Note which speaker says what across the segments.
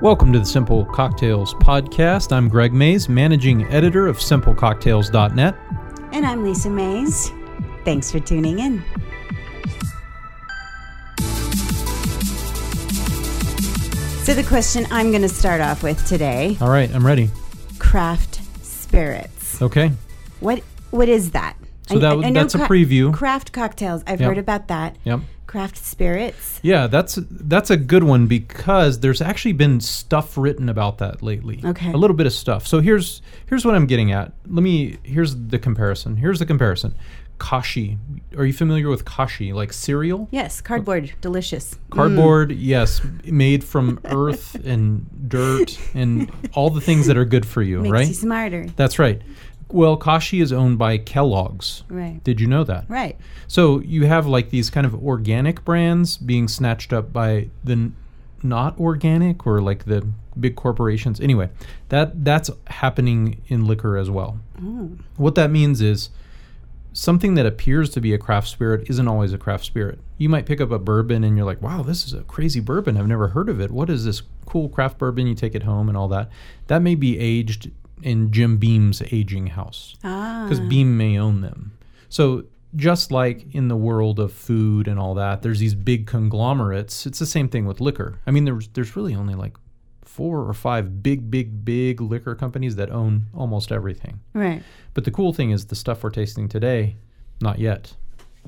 Speaker 1: Welcome to the Simple Cocktails Podcast. I'm Greg Mays, managing editor of simplecocktails.net.
Speaker 2: And I'm Lisa Mays. Thanks for tuning in. So, the question I'm going to start off with today
Speaker 1: All right, I'm ready.
Speaker 2: craft spirits.
Speaker 1: Okay.
Speaker 2: What What is that?
Speaker 1: So that w- that's a
Speaker 2: cra-
Speaker 1: preview.
Speaker 2: Craft cocktails. I've
Speaker 1: Yep.
Speaker 2: heard about that.
Speaker 1: Yep.
Speaker 2: Craft spirits.
Speaker 1: Yeah, that's that's a good one because there's actually been stuff written about that lately.
Speaker 2: Okay.
Speaker 1: A little bit of stuff. So here's here's what I'm getting at. Let me here's the comparison. Here's the comparison. Kashi. Are you familiar with Kashi? Like cereal?
Speaker 2: Yes, cardboard. Delicious.
Speaker 1: Cardboard,
Speaker 2: Mm.
Speaker 1: yes, made from earth and dirt and all the things that are good for you,
Speaker 2: Makes
Speaker 1: right?
Speaker 2: you smarter.
Speaker 1: That's right. Well, Kashi is owned by Kellogg's.
Speaker 2: Right.
Speaker 1: Did you know that?
Speaker 2: Right.
Speaker 1: So you have like these kind of organic brands being snatched up by the n- not organic or like the big corporations. Anyway, that that's happening in liquor as well. What that means is something that appears to be a craft spirit isn't always a craft spirit. You might pick up a bourbon and you're like, "Wow, this is a crazy bourbon. I've never heard of it. What is this cool craft bourbon?" You take it home and all that. That may be aged in Jim Beam's aging house
Speaker 2: Ah.
Speaker 1: because Beam may own them. So just like in the world of food and all that, there's these big conglomerates. It's the same thing with liquor. I mean, there's there's really only like four or five big, big, big liquor companies that own almost everything.
Speaker 2: Right.
Speaker 1: But the cool thing is the stuff we're tasting today, not yet.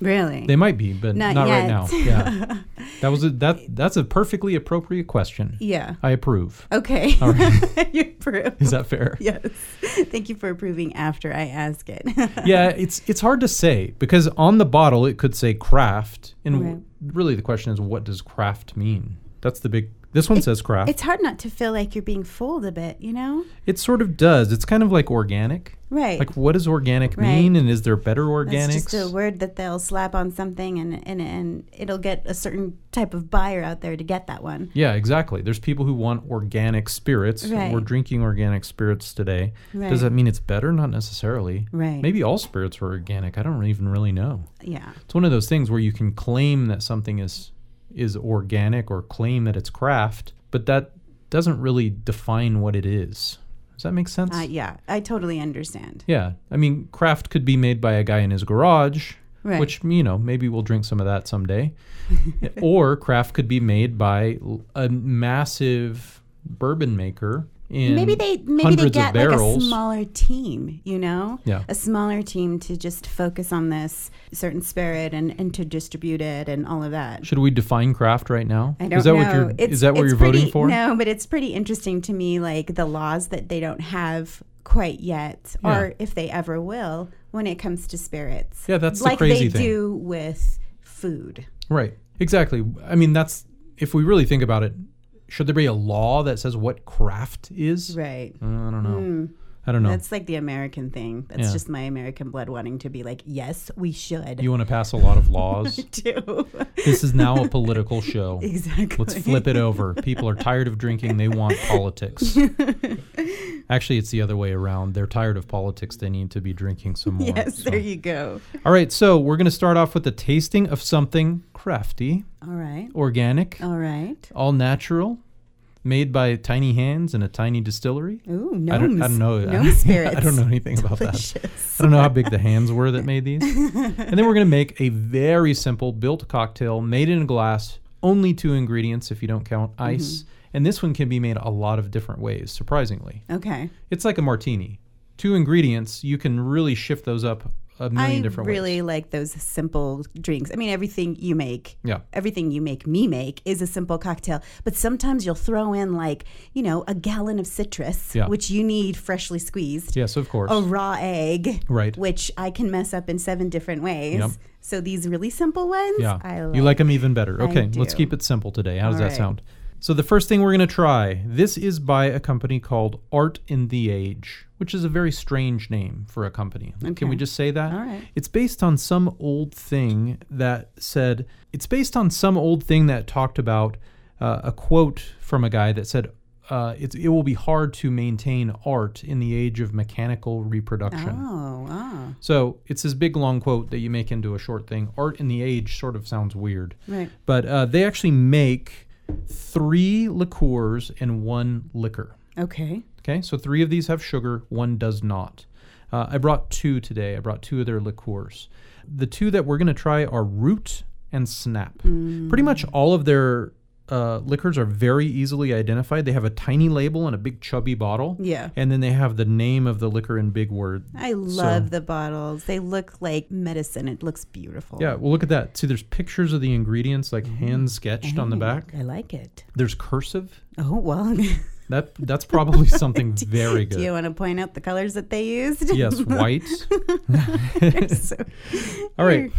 Speaker 2: Really.
Speaker 1: They might be, but not,
Speaker 2: Not
Speaker 1: right
Speaker 2: yet.
Speaker 1: now. Yeah, that was a, that. That's a perfectly appropriate question.
Speaker 2: yeah.
Speaker 1: I approve.
Speaker 2: Okay.
Speaker 1: All
Speaker 2: you approve.
Speaker 1: Is that fair?
Speaker 2: Yes. Thank you for approving after I ask it.
Speaker 1: yeah, it's it's hard to say because on the bottle it could say craft, and w- really the question is what does craft mean? That's the big. This one says craft.
Speaker 2: It's hard not to feel like you're being fooled a bit, you know?
Speaker 1: it sort of does. It's kind of like organic.
Speaker 2: Right.
Speaker 1: Like what does organic
Speaker 2: Right.
Speaker 1: mean, and is there better
Speaker 2: That's
Speaker 1: organics?
Speaker 2: just a word that they'll slap on something and, and and it'll get a certain type of buyer out there to get that one.
Speaker 1: yeah, exactly. There's people who want organic spirits.
Speaker 2: Right.
Speaker 1: We're drinking organic spirits today.
Speaker 2: Right.
Speaker 1: Does that mean it's better? Not necessarily.
Speaker 2: Right.
Speaker 1: Maybe all spirits are organic. I don't even really know.
Speaker 2: Yeah.
Speaker 1: It's one of those things where you can claim that something is is organic or claim that it's craft, but that doesn't really define what it is. Does that make sense?
Speaker 2: Uh, yeah. I totally understand.
Speaker 1: yeah. I mean, craft could be made by a guy in his garage,
Speaker 2: Right.
Speaker 1: which, you know, maybe we'll drink some of that someday. or craft could be made by l- a massive bourbon maker in
Speaker 2: maybe they maybe
Speaker 1: hundreds
Speaker 2: they
Speaker 1: of
Speaker 2: get like a
Speaker 1: barrels.
Speaker 2: smaller team, you know?
Speaker 1: Yeah.
Speaker 2: A smaller team to just focus on this certain spirit and, and to distribute it and all of that.
Speaker 1: Should we define craft right now?
Speaker 2: I don't
Speaker 1: is that
Speaker 2: know.
Speaker 1: what you're
Speaker 2: It's-
Speaker 1: is that what
Speaker 2: it's
Speaker 1: you're voting
Speaker 2: pretty-
Speaker 1: for?
Speaker 2: No, but it's pretty interesting to me, like the laws that they don't have quite yet,
Speaker 1: Yeah.
Speaker 2: or if they ever will, when it comes to spirits.
Speaker 1: Yeah, that's the
Speaker 2: like
Speaker 1: crazy
Speaker 2: they
Speaker 1: thing.
Speaker 2: do with food.
Speaker 1: Right. Exactly. I mean, that's if we really think about it, should there be a law that says what craft is?
Speaker 2: Right. Hmm.
Speaker 1: Uh, I don't know. I don't know.
Speaker 2: That's like the American thing. That's
Speaker 1: Yeah.
Speaker 2: just my American blood wanting to be like, yes, we should.
Speaker 1: you want to pass a lot of laws.
Speaker 2: do.
Speaker 1: this is now a political show.
Speaker 2: exactly.
Speaker 1: Let's flip it over. People are tired of drinking. They want politics. Actually, it's the other way around. They're tired of politics. They need to be drinking some more.
Speaker 2: Yes,
Speaker 1: so.
Speaker 2: there you go.
Speaker 1: All right. So we're going to start off with the tasting of something crafty,
Speaker 2: All right.
Speaker 1: organic,
Speaker 2: All right.
Speaker 1: all natural, made by tiny hands in a tiny distillery.
Speaker 2: Ooh, gnomes.
Speaker 1: I don't, I don't know.
Speaker 2: Gnome spirits.
Speaker 1: I don't know anything about that.
Speaker 2: Delicious.
Speaker 1: I don't know how big the hands were that made these. and then we're going to make a very simple built cocktail made in a glass, only two ingredients if you don't count
Speaker 2: Mm-hmm.
Speaker 1: ice. And this one can be made a lot of different ways, surprisingly.
Speaker 2: Okay.
Speaker 1: It's like a martini. Two ingredients, you can really shift those up a million
Speaker 2: I
Speaker 1: different
Speaker 2: really
Speaker 1: ways.
Speaker 2: like those simple drinks. I mean, everything you make,
Speaker 1: Yeah.
Speaker 2: everything you make me make is a simple cocktail. But sometimes you'll throw in like you know a gallon of citrus,
Speaker 1: Yeah.
Speaker 2: which you need freshly squeezed,
Speaker 1: Yes, of course.
Speaker 2: a raw egg,
Speaker 1: Right.
Speaker 2: which I can mess up in seven different ways.
Speaker 1: Yep.
Speaker 2: So these really simple ones,
Speaker 1: Yeah.
Speaker 2: I
Speaker 1: you like them even better.
Speaker 2: I
Speaker 1: Okay, let's
Speaker 2: do.
Speaker 1: keep it simple today. How does
Speaker 2: All
Speaker 1: that
Speaker 2: right.
Speaker 1: sound? So the first thing we're going to try, this is by a company called Art in the Age, which is a very strange name for a company. Can we just say that?
Speaker 2: All right.
Speaker 1: It's based on some old thing that said, it's based on some old thing that talked about uh, a quote from a guy that said, uh, it's, it will be hard to maintain art in the age of mechanical reproduction.
Speaker 2: Oh, ah,
Speaker 1: So it's this big long quote that you make into a short thing. Art in the age sort of sounds weird.
Speaker 2: right.
Speaker 1: But uh, they actually make three liqueurs and one liquor.
Speaker 2: Okay.
Speaker 1: Okay, so three of these have sugar, one does not. Uh, I brought two today. I brought two of their liqueurs. The two that we're going to try are Root and Snap. Pretty much all of their uh, liquors are very easily identified. They have a tiny label and a big chubby bottle.
Speaker 2: Yeah.
Speaker 1: And then they have the name of the liquor in big word.
Speaker 2: I love the bottles. They look like medicine. It looks beautiful.
Speaker 1: Yeah, well, look at that. See, there's pictures of the ingredients like
Speaker 2: Mm-hmm.
Speaker 1: hand sketched on the back.
Speaker 2: I like it.
Speaker 1: There's cursive.
Speaker 2: Oh, well. Do
Speaker 1: That that's probably something very good.
Speaker 2: you want to point out the colors that they used?
Speaker 1: yes, white.
Speaker 2: So-
Speaker 1: All right.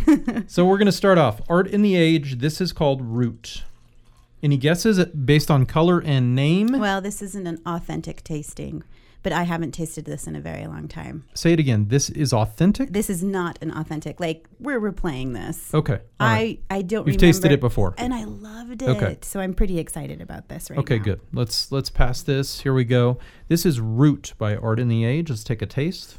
Speaker 1: so we're going to start off. Art in the Age. This is called Root. Any guesses based on color and name?
Speaker 2: well, this isn't an authentic tasting, but I haven't tasted this in a very long time.
Speaker 1: Say it again. This is authentic.
Speaker 2: This is not an authentic. Like, we're replaying this.
Speaker 1: Okay. all
Speaker 2: I,
Speaker 1: right.
Speaker 2: I don't
Speaker 1: You've tasted
Speaker 2: remember-
Speaker 1: it before.
Speaker 2: And I loved it.
Speaker 1: Okay.
Speaker 2: So I'm pretty excited about this right
Speaker 1: Okay,
Speaker 2: now.
Speaker 1: good. Let's let's pass this. Here we go. This is Root by Art in the Age. Let's take a taste.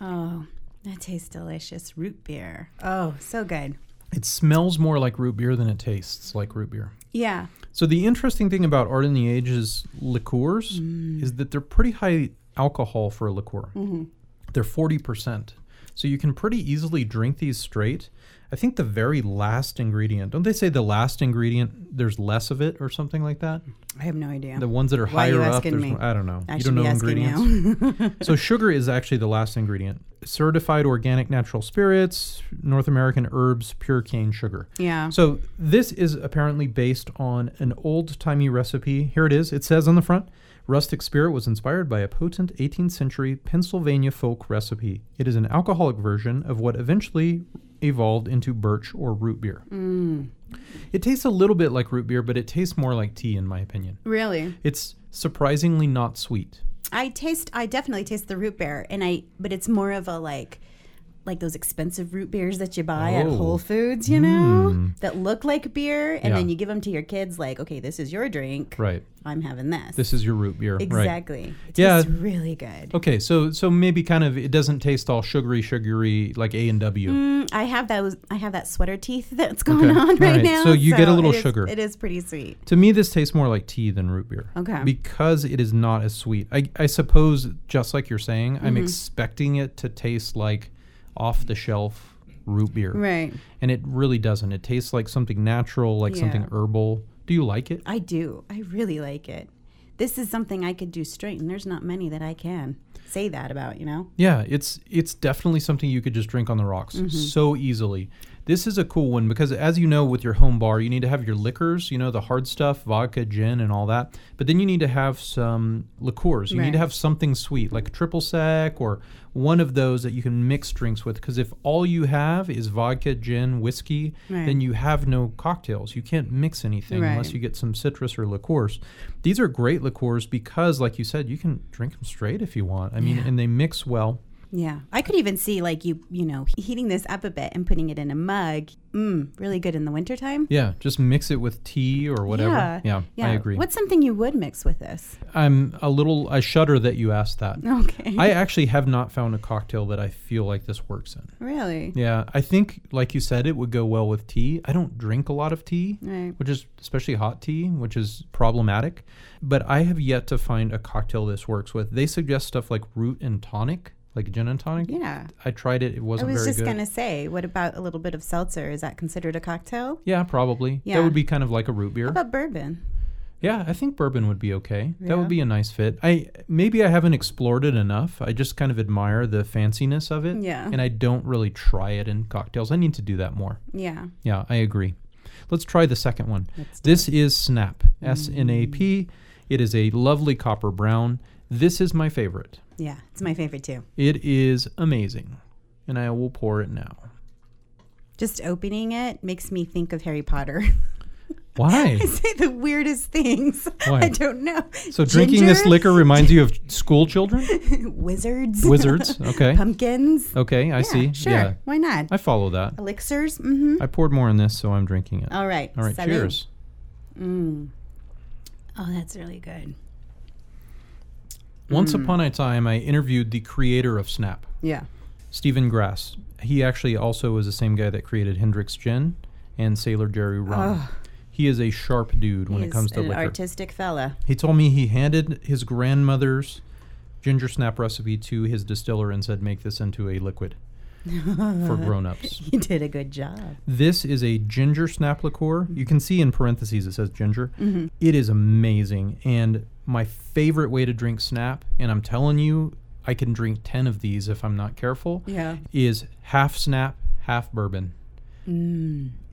Speaker 2: Oh, that tastes delicious. Root beer. Oh, so good.
Speaker 1: It smells more like root beer than it tastes like root beer.
Speaker 2: Yeah.
Speaker 1: So the interesting thing about Art in the Age's liqueurs
Speaker 2: Mm.
Speaker 1: is that they're pretty high alcohol for a liqueur.
Speaker 2: Mm-hmm.
Speaker 1: They're forty percent, so you can pretty easily drink these straight. I think the very last ingredient, don't they say the last ingredient? There's less of it or something like that.
Speaker 2: I have no idea.
Speaker 1: The ones that are
Speaker 2: Why
Speaker 1: higher
Speaker 2: are you
Speaker 1: up,
Speaker 2: asking
Speaker 1: there's
Speaker 2: me?
Speaker 1: more- I don't know.
Speaker 2: I
Speaker 1: you
Speaker 2: should
Speaker 1: don't know
Speaker 2: be asking
Speaker 1: ingredients.
Speaker 2: now.
Speaker 1: so sugar is actually the last ingredient. Certified organic natural spirits, North American herbs, pure cane sugar.
Speaker 2: yeah.
Speaker 1: So this is apparently based on an old-timey recipe. Here it is. It says on the front, rustic spirit was inspired by a potent 18th century Pennsylvania folk recipe. It is an alcoholic version of what eventually evolved into birch or root beer. It tastes a little bit like root beer, but it tastes more like tea in my opinion.
Speaker 2: really?
Speaker 1: It's surprisingly not sweet.
Speaker 2: I taste I definitely taste the root beer and I but it's more of a like like those expensive root beers that you buy at
Speaker 1: Oh. Hmm.
Speaker 2: Whole Foods, you know, that look like beer and then
Speaker 1: Yeah.
Speaker 2: you give them to your kids like, okay, this is your drink.
Speaker 1: Right.
Speaker 2: I'm having this.
Speaker 1: This is your root beer. Right.
Speaker 2: exactly. It
Speaker 1: Yeah.
Speaker 2: tastes really good.
Speaker 1: Okay, so so maybe kind of it doesn't taste all sugary, sugary like A and W.
Speaker 2: Mm, I have those I have that sweater teeth that's going
Speaker 1: Okay.
Speaker 2: on
Speaker 1: All
Speaker 2: right,
Speaker 1: right.
Speaker 2: now.
Speaker 1: So you get a little
Speaker 2: it is-
Speaker 1: sugar.
Speaker 2: It is pretty sweet.
Speaker 1: To me, this tastes more like tea than root beer.
Speaker 2: Okay.
Speaker 1: Because it is not as sweet. I, I suppose, just like you're saying,
Speaker 2: Mm-hmm.
Speaker 1: I'm expecting it to taste like off the shelf root beer.
Speaker 2: Right.
Speaker 1: And it really doesn't. It tastes like something natural, like something
Speaker 2: Yeah.
Speaker 1: herbal. Do you like it?
Speaker 2: I do. I really like it. This is something I could do straight, and there's not many that I can say that about, you know?
Speaker 1: Yeah, it's it's definitely something you could just drink on the rocks
Speaker 2: Mm-hmm.
Speaker 1: so easily. This is a cool one because as you know with your home bar, you need to have your liquors, you know, the hard stuff, vodka, gin and all that. But then you need to have some liqueurs. You need
Speaker 2: Right.
Speaker 1: to have something sweet like a triple sec or one of those that you can mix drinks with because if all you have is vodka, gin, whiskey,
Speaker 2: Right.
Speaker 1: then you have no cocktails. You can't mix anything unless
Speaker 2: Right.
Speaker 1: you get some citrus or liqueurs. These are great liqueurs because like you said, you can drink them straight if you want. I mean, and they mix well.
Speaker 2: Yeah. I could even see, like, you, you know, heating this up a bit and putting it in a mug. Mm, really good in the wintertime.
Speaker 1: Yeah, just mix it with tea or whatever. Yeah, I agree.
Speaker 2: What's something you would mix with this?
Speaker 1: I'm a little, I shudder that you asked that.
Speaker 2: Okay.
Speaker 1: I actually have not found a cocktail that I feel like this works in.
Speaker 2: really?
Speaker 1: Yeah, I think, like you said, it would go well with tea. I don't drink a lot of tea,
Speaker 2: Right.
Speaker 1: which is especially hot tea, which is problematic. But I have yet to find a cocktail this works with. They suggest stuff like root and tonic, like gin and tonic.
Speaker 2: Yeah.
Speaker 1: I tried it, it
Speaker 2: I
Speaker 1: wasn't
Speaker 2: was
Speaker 1: very
Speaker 2: just
Speaker 1: good.
Speaker 2: going to say, what about a little bit of seltzer? Is that considered a cocktail?
Speaker 1: yeah, probably.
Speaker 2: Yeah.
Speaker 1: That would be kind of like a root beer.
Speaker 2: How about bourbon?
Speaker 1: Yeah, I think bourbon would be okay. That
Speaker 2: Yeah.
Speaker 1: would be a nice fit. I maybe I haven't explored it enough. I just kind of admire the fanciness of it.
Speaker 2: Yeah.
Speaker 1: And I don't really try it in cocktails. I need to do that more.
Speaker 2: Yeah.
Speaker 1: Yeah, I agree. Let's try the second one.
Speaker 2: Let's do Mm.
Speaker 1: This is Snap. S N A P. It is a lovely copper brown. This is my favorite.
Speaker 2: Yeah. It's my favorite, too.
Speaker 1: It is amazing. And I will pour it now.
Speaker 2: Just opening it makes me think of Harry Potter.
Speaker 1: Why?
Speaker 2: I say the weirdest things.
Speaker 1: Why?
Speaker 2: I don't know.
Speaker 1: So drinking this
Speaker 2: Ginger?
Speaker 1: liquor reminds you of school children?
Speaker 2: wizards,
Speaker 1: Wizards. Okay.
Speaker 2: pumpkins.
Speaker 1: Okay, I
Speaker 2: yeah,
Speaker 1: see.
Speaker 2: Sure.
Speaker 1: Yeah.
Speaker 2: Why not?
Speaker 1: I follow that.
Speaker 2: Elixirs. Mm-hmm.
Speaker 1: I poured more in this, so I'm drinking it.
Speaker 2: All right.
Speaker 1: All right,
Speaker 2: salud.
Speaker 1: cheers.
Speaker 2: Oh, that's really good.
Speaker 1: Once upon a time, I interviewed the creator of Snap,
Speaker 2: Yeah.
Speaker 1: Stephen Grass. He actually also was the same guy that created Hendrix Gin and Sailor Jerry Rum. He is a sharp dude when it
Speaker 2: He's
Speaker 1: comes to
Speaker 2: an
Speaker 1: liquor.
Speaker 2: artistic fella.
Speaker 1: He told me he handed his grandmother's ginger snap recipe to his distiller and said, "Make this into a liquid for grown-ups."
Speaker 2: He did a good job.
Speaker 1: This is a ginger snap liqueur. You can see in parentheses it says ginger.
Speaker 2: Mm-hmm.
Speaker 1: It is amazing and my favorite way to drink snap. And I'm telling you, I can drink ten of these if I'm not careful.
Speaker 2: Yeah.
Speaker 1: Is half snap, half bourbon.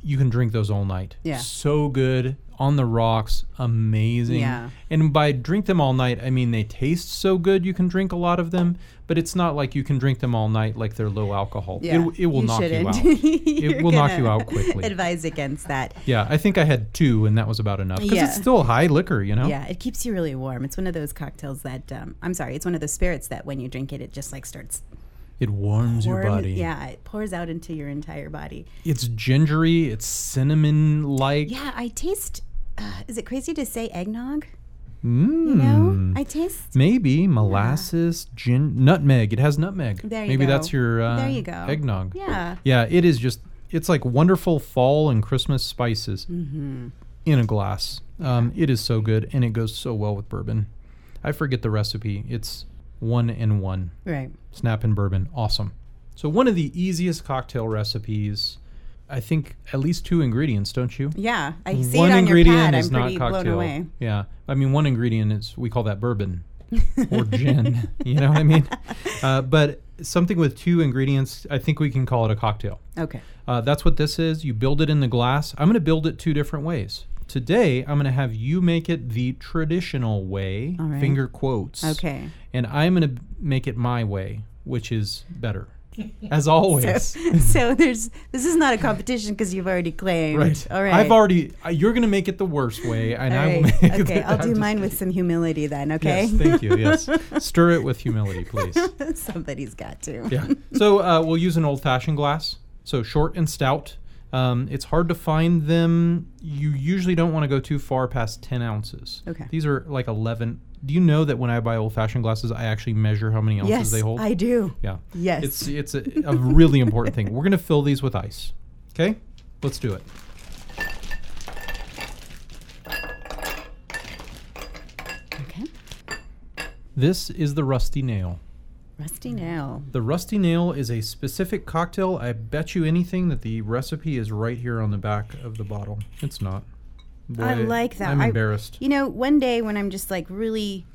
Speaker 1: You can drink those all night.
Speaker 2: Mm. Yeah.
Speaker 1: So good on the rocks, amazing.
Speaker 2: Yeah.
Speaker 1: And by drink them all night, I mean they taste so good you can drink a lot of them, but it's not like you can drink them all night like they're low alcohol.
Speaker 2: Yeah.
Speaker 1: It, it will knock you
Speaker 2: shouldn't.
Speaker 1: out.
Speaker 2: You're
Speaker 1: will knock you
Speaker 2: gonna
Speaker 1: out quickly.
Speaker 2: Advise against that.
Speaker 1: Yeah, I think I had two, and that was about enough. Because
Speaker 2: Yeah.
Speaker 1: it's still high liquor, you know?
Speaker 2: Yeah, it keeps you really warm. It's one of those cocktails that um, I'm sorry, it's one of those spirits that when you drink it, it just like starts
Speaker 1: It warms your
Speaker 2: warm.
Speaker 1: body.
Speaker 2: Yeah, it pours out into your entire body.
Speaker 1: It's gingery, it's cinnamon like.
Speaker 2: Yeah, I taste. Uh, is it crazy to say eggnog?
Speaker 1: Mm,
Speaker 2: No, I taste.
Speaker 1: Maybe molasses, gin, nutmeg. It has nutmeg.
Speaker 2: There you
Speaker 1: maybe that's
Speaker 2: go.
Speaker 1: your uh,
Speaker 2: There you go.
Speaker 1: eggnog.
Speaker 2: Yeah.
Speaker 1: Yeah, it is just, it's like wonderful fall and Christmas spices
Speaker 2: Mm-hmm.
Speaker 1: in a glass. Um, it is so good, and it goes so well with bourbon. I forget the recipe. It's one and one.
Speaker 2: Right.
Speaker 1: snap and bourbon awesome so one of the easiest cocktail recipes i think at least two ingredients don't you
Speaker 2: Yeah, I see
Speaker 1: one
Speaker 2: it on
Speaker 1: ingredient
Speaker 2: your pad.
Speaker 1: is
Speaker 2: I'm
Speaker 1: not
Speaker 2: pretty
Speaker 1: cocktail
Speaker 2: blown away.
Speaker 1: yeah i mean one ingredient is we call that bourbon or gin you know what i mean uh, but something with two ingredients i think we can call it a cocktail
Speaker 2: Okay.
Speaker 1: uh, that's what this is. You build it in the glass. I'm going to build it two different ways. Today, I'm going to have you make it the traditional way,
Speaker 2: All right.
Speaker 1: finger quotes.
Speaker 2: Okay.
Speaker 1: And I'm going to make it my way, which is better, as always.
Speaker 2: so there's this is not a competition because you've already claimed.
Speaker 1: right.
Speaker 2: All right.
Speaker 1: I've already, uh, you're going to make it the worst way, and
Speaker 2: All
Speaker 1: I will
Speaker 2: right.
Speaker 1: make it
Speaker 2: okay,
Speaker 1: the-
Speaker 2: I'll
Speaker 1: I'm
Speaker 2: do
Speaker 1: just
Speaker 2: mine with some humility then. Okay.
Speaker 1: kidding. Yes, thank you. Yes. Stir it with humility, please.
Speaker 2: Somebody's got to.
Speaker 1: yeah. So uh, we'll use an old-fashioned glass. So short and stout. Um, it's hard to find them. You usually don't want to go too far past 10 ounces.
Speaker 2: Okay.
Speaker 1: These are like 11. Do you know that when I buy old-fashioned glasses, I actually measure how many ounces
Speaker 2: Yes,
Speaker 1: they hold?
Speaker 2: I do.
Speaker 1: yeah.
Speaker 2: Yes.
Speaker 1: It's it's a, a really important thing. We're gonna fill these with ice. Okay. Let's do it.
Speaker 2: okay.
Speaker 1: This is the rusty nail.
Speaker 2: Rusty nail.
Speaker 1: The Rusty Nail is a specific cocktail. I bet you anything that the recipe is right here on the back of the bottle. It's not.
Speaker 2: I
Speaker 1: Boy,
Speaker 2: like that.
Speaker 1: I'm
Speaker 2: I-
Speaker 1: embarrassed.
Speaker 2: You know, one day when I'm just like really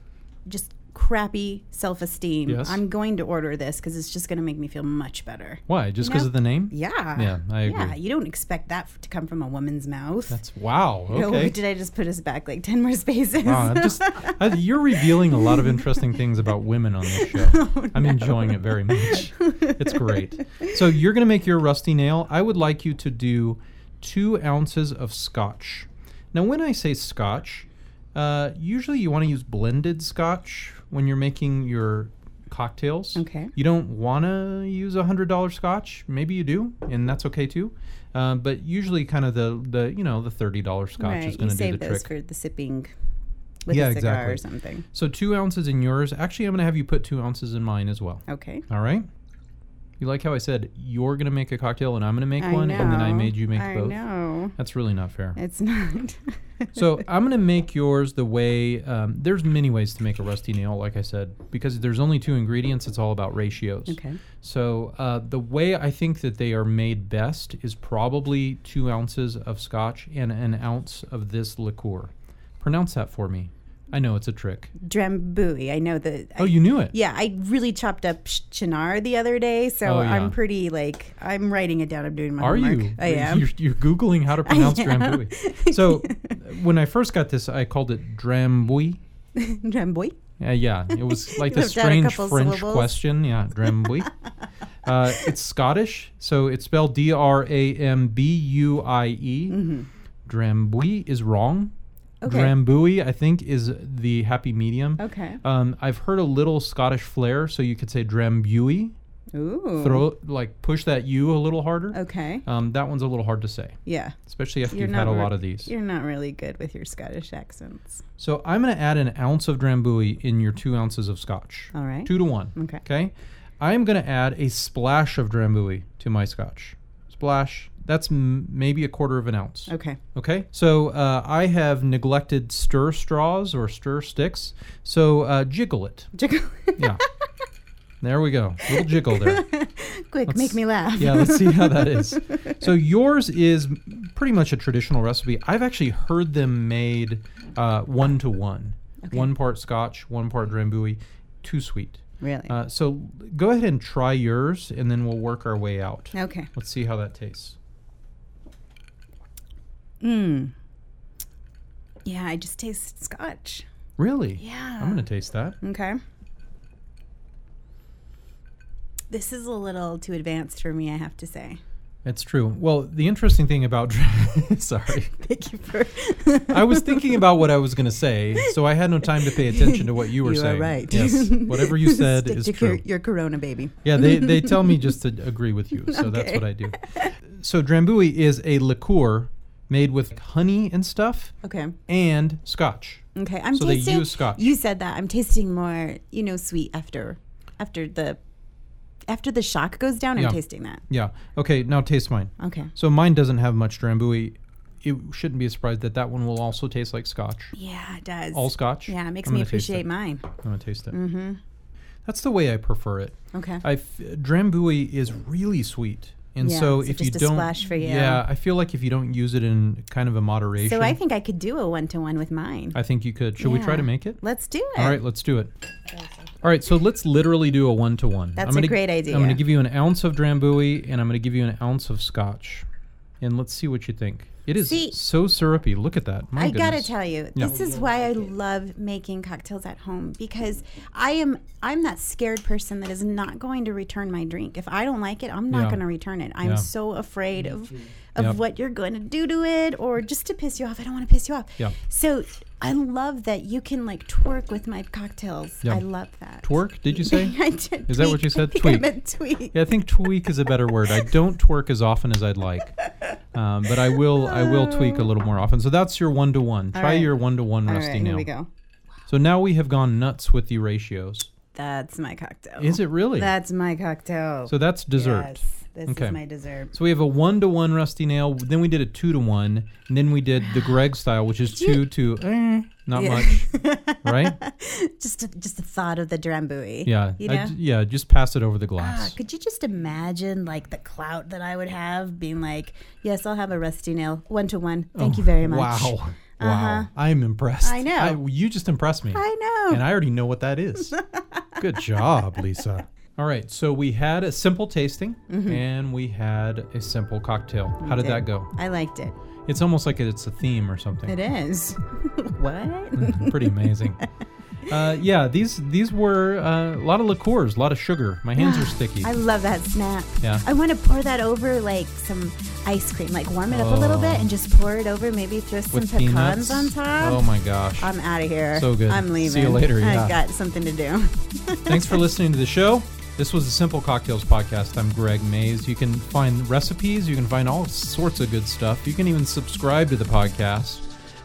Speaker 2: just crappy self esteem,
Speaker 1: Yes.
Speaker 2: I'm going to order this because it's just going to make me feel much better.
Speaker 1: Why? Just
Speaker 2: you
Speaker 1: because
Speaker 2: know?
Speaker 1: of the name?
Speaker 2: Yeah.
Speaker 1: Yeah, I agree.
Speaker 2: Yeah, you don't expect that f- to come from a woman's mouth.
Speaker 1: That's wow.
Speaker 2: Oh,
Speaker 1: Okay.
Speaker 2: did I just put us back like 10 more spaces?
Speaker 1: Wow, I'm just, I, you're revealing a lot of interesting things about women on this show. I'm enjoying it very much. It's great. So you're going to make your rusty nail. I would like you to do two ounces of scotch. Now, when I say scotch, uh, usually you want to use blended scotch when you're making your cocktails.
Speaker 2: Okay.
Speaker 1: You don't want to use a hundred dollar scotch. Maybe you do, and that's okay too. Uh, but usually, kind of the the you know the thirty dollar scotch
Speaker 2: right,
Speaker 1: is
Speaker 2: you
Speaker 1: going to do
Speaker 2: save
Speaker 1: the
Speaker 2: those
Speaker 1: trick.
Speaker 2: for the sipping with
Speaker 1: Yeah,
Speaker 2: a cigar or
Speaker 1: exactly.
Speaker 2: something.
Speaker 1: So two ounces in yours. Actually, I'm going to have you put two ounces in mine as well.
Speaker 2: Okay.
Speaker 1: All right. You like how I said you're going to make a cocktail and I'm going to make
Speaker 2: I
Speaker 1: one, and then I
Speaker 2: know,
Speaker 1: made you make
Speaker 2: I
Speaker 1: both.
Speaker 2: know.
Speaker 1: That's really not fair.
Speaker 2: It's not.
Speaker 1: so I'm going to make yours the way. Um, there's many ways to make a rusty nail, like I said, because there's only two ingredients. It's all about ratios.
Speaker 2: okay.
Speaker 1: So uh, the way I think that they are made best is probably two ounces of scotch and an ounce of this liqueur. Pronounce that for me. I know it's a trick.
Speaker 2: Drambuie. I know the.
Speaker 1: Oh, you knew it.
Speaker 2: Yeah, I really chopped up sh- chinar the other day, so
Speaker 1: Oh, yeah.
Speaker 2: I'm pretty like I'm writing it down. I'm doing my
Speaker 1: Are
Speaker 2: homework.
Speaker 1: you?
Speaker 2: I am.
Speaker 1: You're, you're googling how to pronounce
Speaker 2: am.
Speaker 1: Drambuie. So, when I first got this, I called it Drambuie.
Speaker 2: Dramboy.
Speaker 1: Uh, yeah, it was like the
Speaker 2: left out a
Speaker 1: strange
Speaker 2: couple
Speaker 1: French
Speaker 2: syllables.
Speaker 1: question. Yeah, Drambuie. uh, it's Scottish, so it's spelled D R A M B U I E. Drambuie is wrong.
Speaker 2: Mm-hmm. Okay.
Speaker 1: Drambuie, I think, is the happy medium.
Speaker 2: Okay.
Speaker 1: Um, I've heard a little Scottish flair, so you could say Drambuie.
Speaker 2: Ooh.
Speaker 1: Throw like push that U a little harder.
Speaker 2: Mm-hmm. Okay.
Speaker 1: Um, that one's a little hard to say
Speaker 2: Yeah.
Speaker 1: especially after
Speaker 2: You're
Speaker 1: you've had a
Speaker 2: not re-
Speaker 1: lot of these.
Speaker 2: You're not really good with your Scottish accents.
Speaker 1: So I'm going to add an ounce of Drambuie in your two ounces of scotch,
Speaker 2: All right.
Speaker 1: two to one.
Speaker 2: Okay.
Speaker 1: Okay. I'm going to add a splash of Drambuie to my scotch. Splash, That's m- maybe a quarter of an ounce.
Speaker 2: Okay.
Speaker 1: Okay, so uh, I have neglected stir straws or stir sticks, so uh, jiggle it. Yeah, there we go. Little jiggle there.
Speaker 2: Quick, make me laugh.
Speaker 1: Yeah, let's see how that is. So yours is pretty much a traditional recipe. I've actually heard them made uh, one to one, one part Scotch, one part Drambuie, too sweet.
Speaker 2: Really?
Speaker 1: Uh, so go ahead and try yours, and then we'll work our way out.
Speaker 2: okay.
Speaker 1: Let's see how that tastes.
Speaker 2: Mm. Yeah, I just taste scotch.
Speaker 1: Really?
Speaker 2: Yeah.
Speaker 1: I'm gonna taste that.
Speaker 2: Okay. This is a little too advanced for me, I have to say.
Speaker 1: That's true. Well, the interesting thing about Dra- sorry,
Speaker 2: Thank you for.
Speaker 1: I was thinking about what I was going to say, so I had no time to pay attention to what you were
Speaker 2: You are
Speaker 1: saying.
Speaker 2: right.
Speaker 1: Yes, whatever you said
Speaker 2: Stick
Speaker 1: is
Speaker 2: to
Speaker 1: true.
Speaker 2: Your, your Corona baby.
Speaker 1: Yeah, they, they tell me just to agree with you, so that's
Speaker 2: Okay.
Speaker 1: what I do. So Drambuie is a liqueur made with honey and stuff
Speaker 2: Okay.
Speaker 1: and scotch.
Speaker 2: Okay. I'm
Speaker 1: So they
Speaker 2: tasting.
Speaker 1: use scotch.
Speaker 2: You said that. I'm tasting more, you know, sweet after, after the, after the shock goes down.
Speaker 1: Yeah.
Speaker 2: I'm tasting that.
Speaker 1: Yeah. Okay, now taste mine.
Speaker 2: Okay.
Speaker 1: So mine doesn't have much Drambuie. It shouldn't be a surprise that that one will also taste like scotch.
Speaker 2: Yeah, it does.
Speaker 1: All scotch.
Speaker 2: yeah, it makes
Speaker 1: I'm
Speaker 2: me
Speaker 1: gonna taste
Speaker 2: appreciate
Speaker 1: it.
Speaker 2: mine.
Speaker 1: I'm going to taste it.
Speaker 2: Mm-hmm.
Speaker 1: That's the way I prefer it.
Speaker 2: Okay.
Speaker 1: I f- Drambuie is really sweet, and
Speaker 2: Yeah,
Speaker 1: so
Speaker 2: so
Speaker 1: if you
Speaker 2: just a
Speaker 1: don't,
Speaker 2: splash for you.
Speaker 1: yeah, I feel like if you don't use it in kind of a moderation,
Speaker 2: so I think I could do a one to one with mine.
Speaker 1: I think you could. Should we try
Speaker 2: Yeah.
Speaker 1: to make it?
Speaker 2: Let's do it.
Speaker 1: All right, let's do it. All right, so let's literally do a one to one.
Speaker 2: That's a great idea.
Speaker 1: I'm going to give you an ounce of Drambuie, and I'm going to give you an ounce of Scotch, and let's see what you think. It is
Speaker 2: See-
Speaker 1: so syrupy. Look at that. My
Speaker 2: I gotta
Speaker 1: goodness.
Speaker 2: tell you,
Speaker 1: Yeah.
Speaker 2: this is why I love making cocktails at home because I am I'm that scared person that is not going to return my drink. If I don't like it, I'm not
Speaker 1: Yeah.
Speaker 2: gonna return it. I'm
Speaker 1: Yeah.
Speaker 2: so afraid of of
Speaker 1: Yep.
Speaker 2: what you're gonna do to it or just to piss you off. I don't wanna piss you off.
Speaker 1: Yeah.
Speaker 2: So I love that you can like twerk with my cocktails.
Speaker 1: Yeah.
Speaker 2: I love that.
Speaker 1: Twerk? Did you say?
Speaker 2: I did
Speaker 1: Is that what
Speaker 2: tweak.
Speaker 1: you said?
Speaker 2: I think I
Speaker 1: Tweak.
Speaker 2: meant tweak.
Speaker 1: Yeah, I think tweak is a better word. I don't twerk as often as I'd like, um, but I will. I will tweak a little more often. So that's your one to one. Try
Speaker 2: right.
Speaker 1: your one to one,
Speaker 2: All
Speaker 1: Rusty.
Speaker 2: right, here
Speaker 1: now.
Speaker 2: we go.
Speaker 1: So now we have gone nuts with the ratios.
Speaker 2: That's my cocktail.
Speaker 1: Is it really?
Speaker 2: That's my cocktail.
Speaker 1: so that's dessert.
Speaker 2: Yes, this
Speaker 1: Okay.
Speaker 2: is my dessert.
Speaker 1: So we have a one to one rusty nail. Then we did a two to one, and then we did the Greg style, which is two to eh, not much, right?
Speaker 2: just a, just the thought of the drambuie.
Speaker 1: Yeah,
Speaker 2: You
Speaker 1: I
Speaker 2: know?
Speaker 1: j- yeah. Just pass it over the
Speaker 2: Ah,
Speaker 1: glass.
Speaker 2: could you just imagine like the clout that I would have being like, yes, I'll have a rusty nail one to one. Thank you very much.
Speaker 1: Oh,
Speaker 2: Uh-huh.
Speaker 1: Wow, wow. I'm impressed.
Speaker 2: I know.
Speaker 1: you just impressed me.
Speaker 2: I
Speaker 1: And
Speaker 2: know.
Speaker 1: I already know what that is. Good job, Lisa. All right, so we had a simple tasting and we had a simple cocktail. How did
Speaker 2: Mm-hmm. did.
Speaker 1: that go?
Speaker 2: I liked it.
Speaker 1: It's almost like it's a theme or something.
Speaker 2: It is. what?
Speaker 1: Mm-hmm. Pretty amazing. uh, yeah, these these were uh, a lot of liqueurs, a lot of sugar. My hands are sticky.
Speaker 2: I love that snap.
Speaker 1: Yeah.
Speaker 2: I want to pour that over like some ice cream, like warm it up a little
Speaker 1: Oh.
Speaker 2: bit and just pour it over. Maybe throw some
Speaker 1: With
Speaker 2: pecans
Speaker 1: peanuts.
Speaker 2: on top.
Speaker 1: Oh my gosh.
Speaker 2: I'm out of here.
Speaker 1: So good.
Speaker 2: I'm
Speaker 1: See
Speaker 2: leaving.
Speaker 1: you later, yeah.
Speaker 2: I've got something to do.
Speaker 1: Thanks for listening to the show. This was the Simple Cocktails Podcast. I'm Greg Mays. You can find recipes, you can find all sorts of good stuff. You can even subscribe to the podcast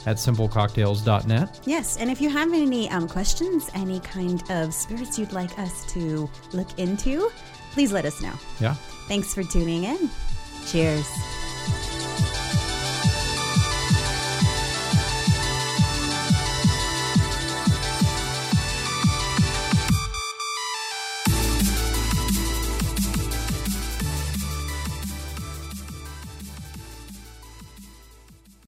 Speaker 1: at simplecocktails.net.
Speaker 2: Yes, and if you have any um, questions, any kind of spirits you'd like us to look into, please let us know.
Speaker 1: Yeah.
Speaker 2: Thanks for tuning in. Cheers.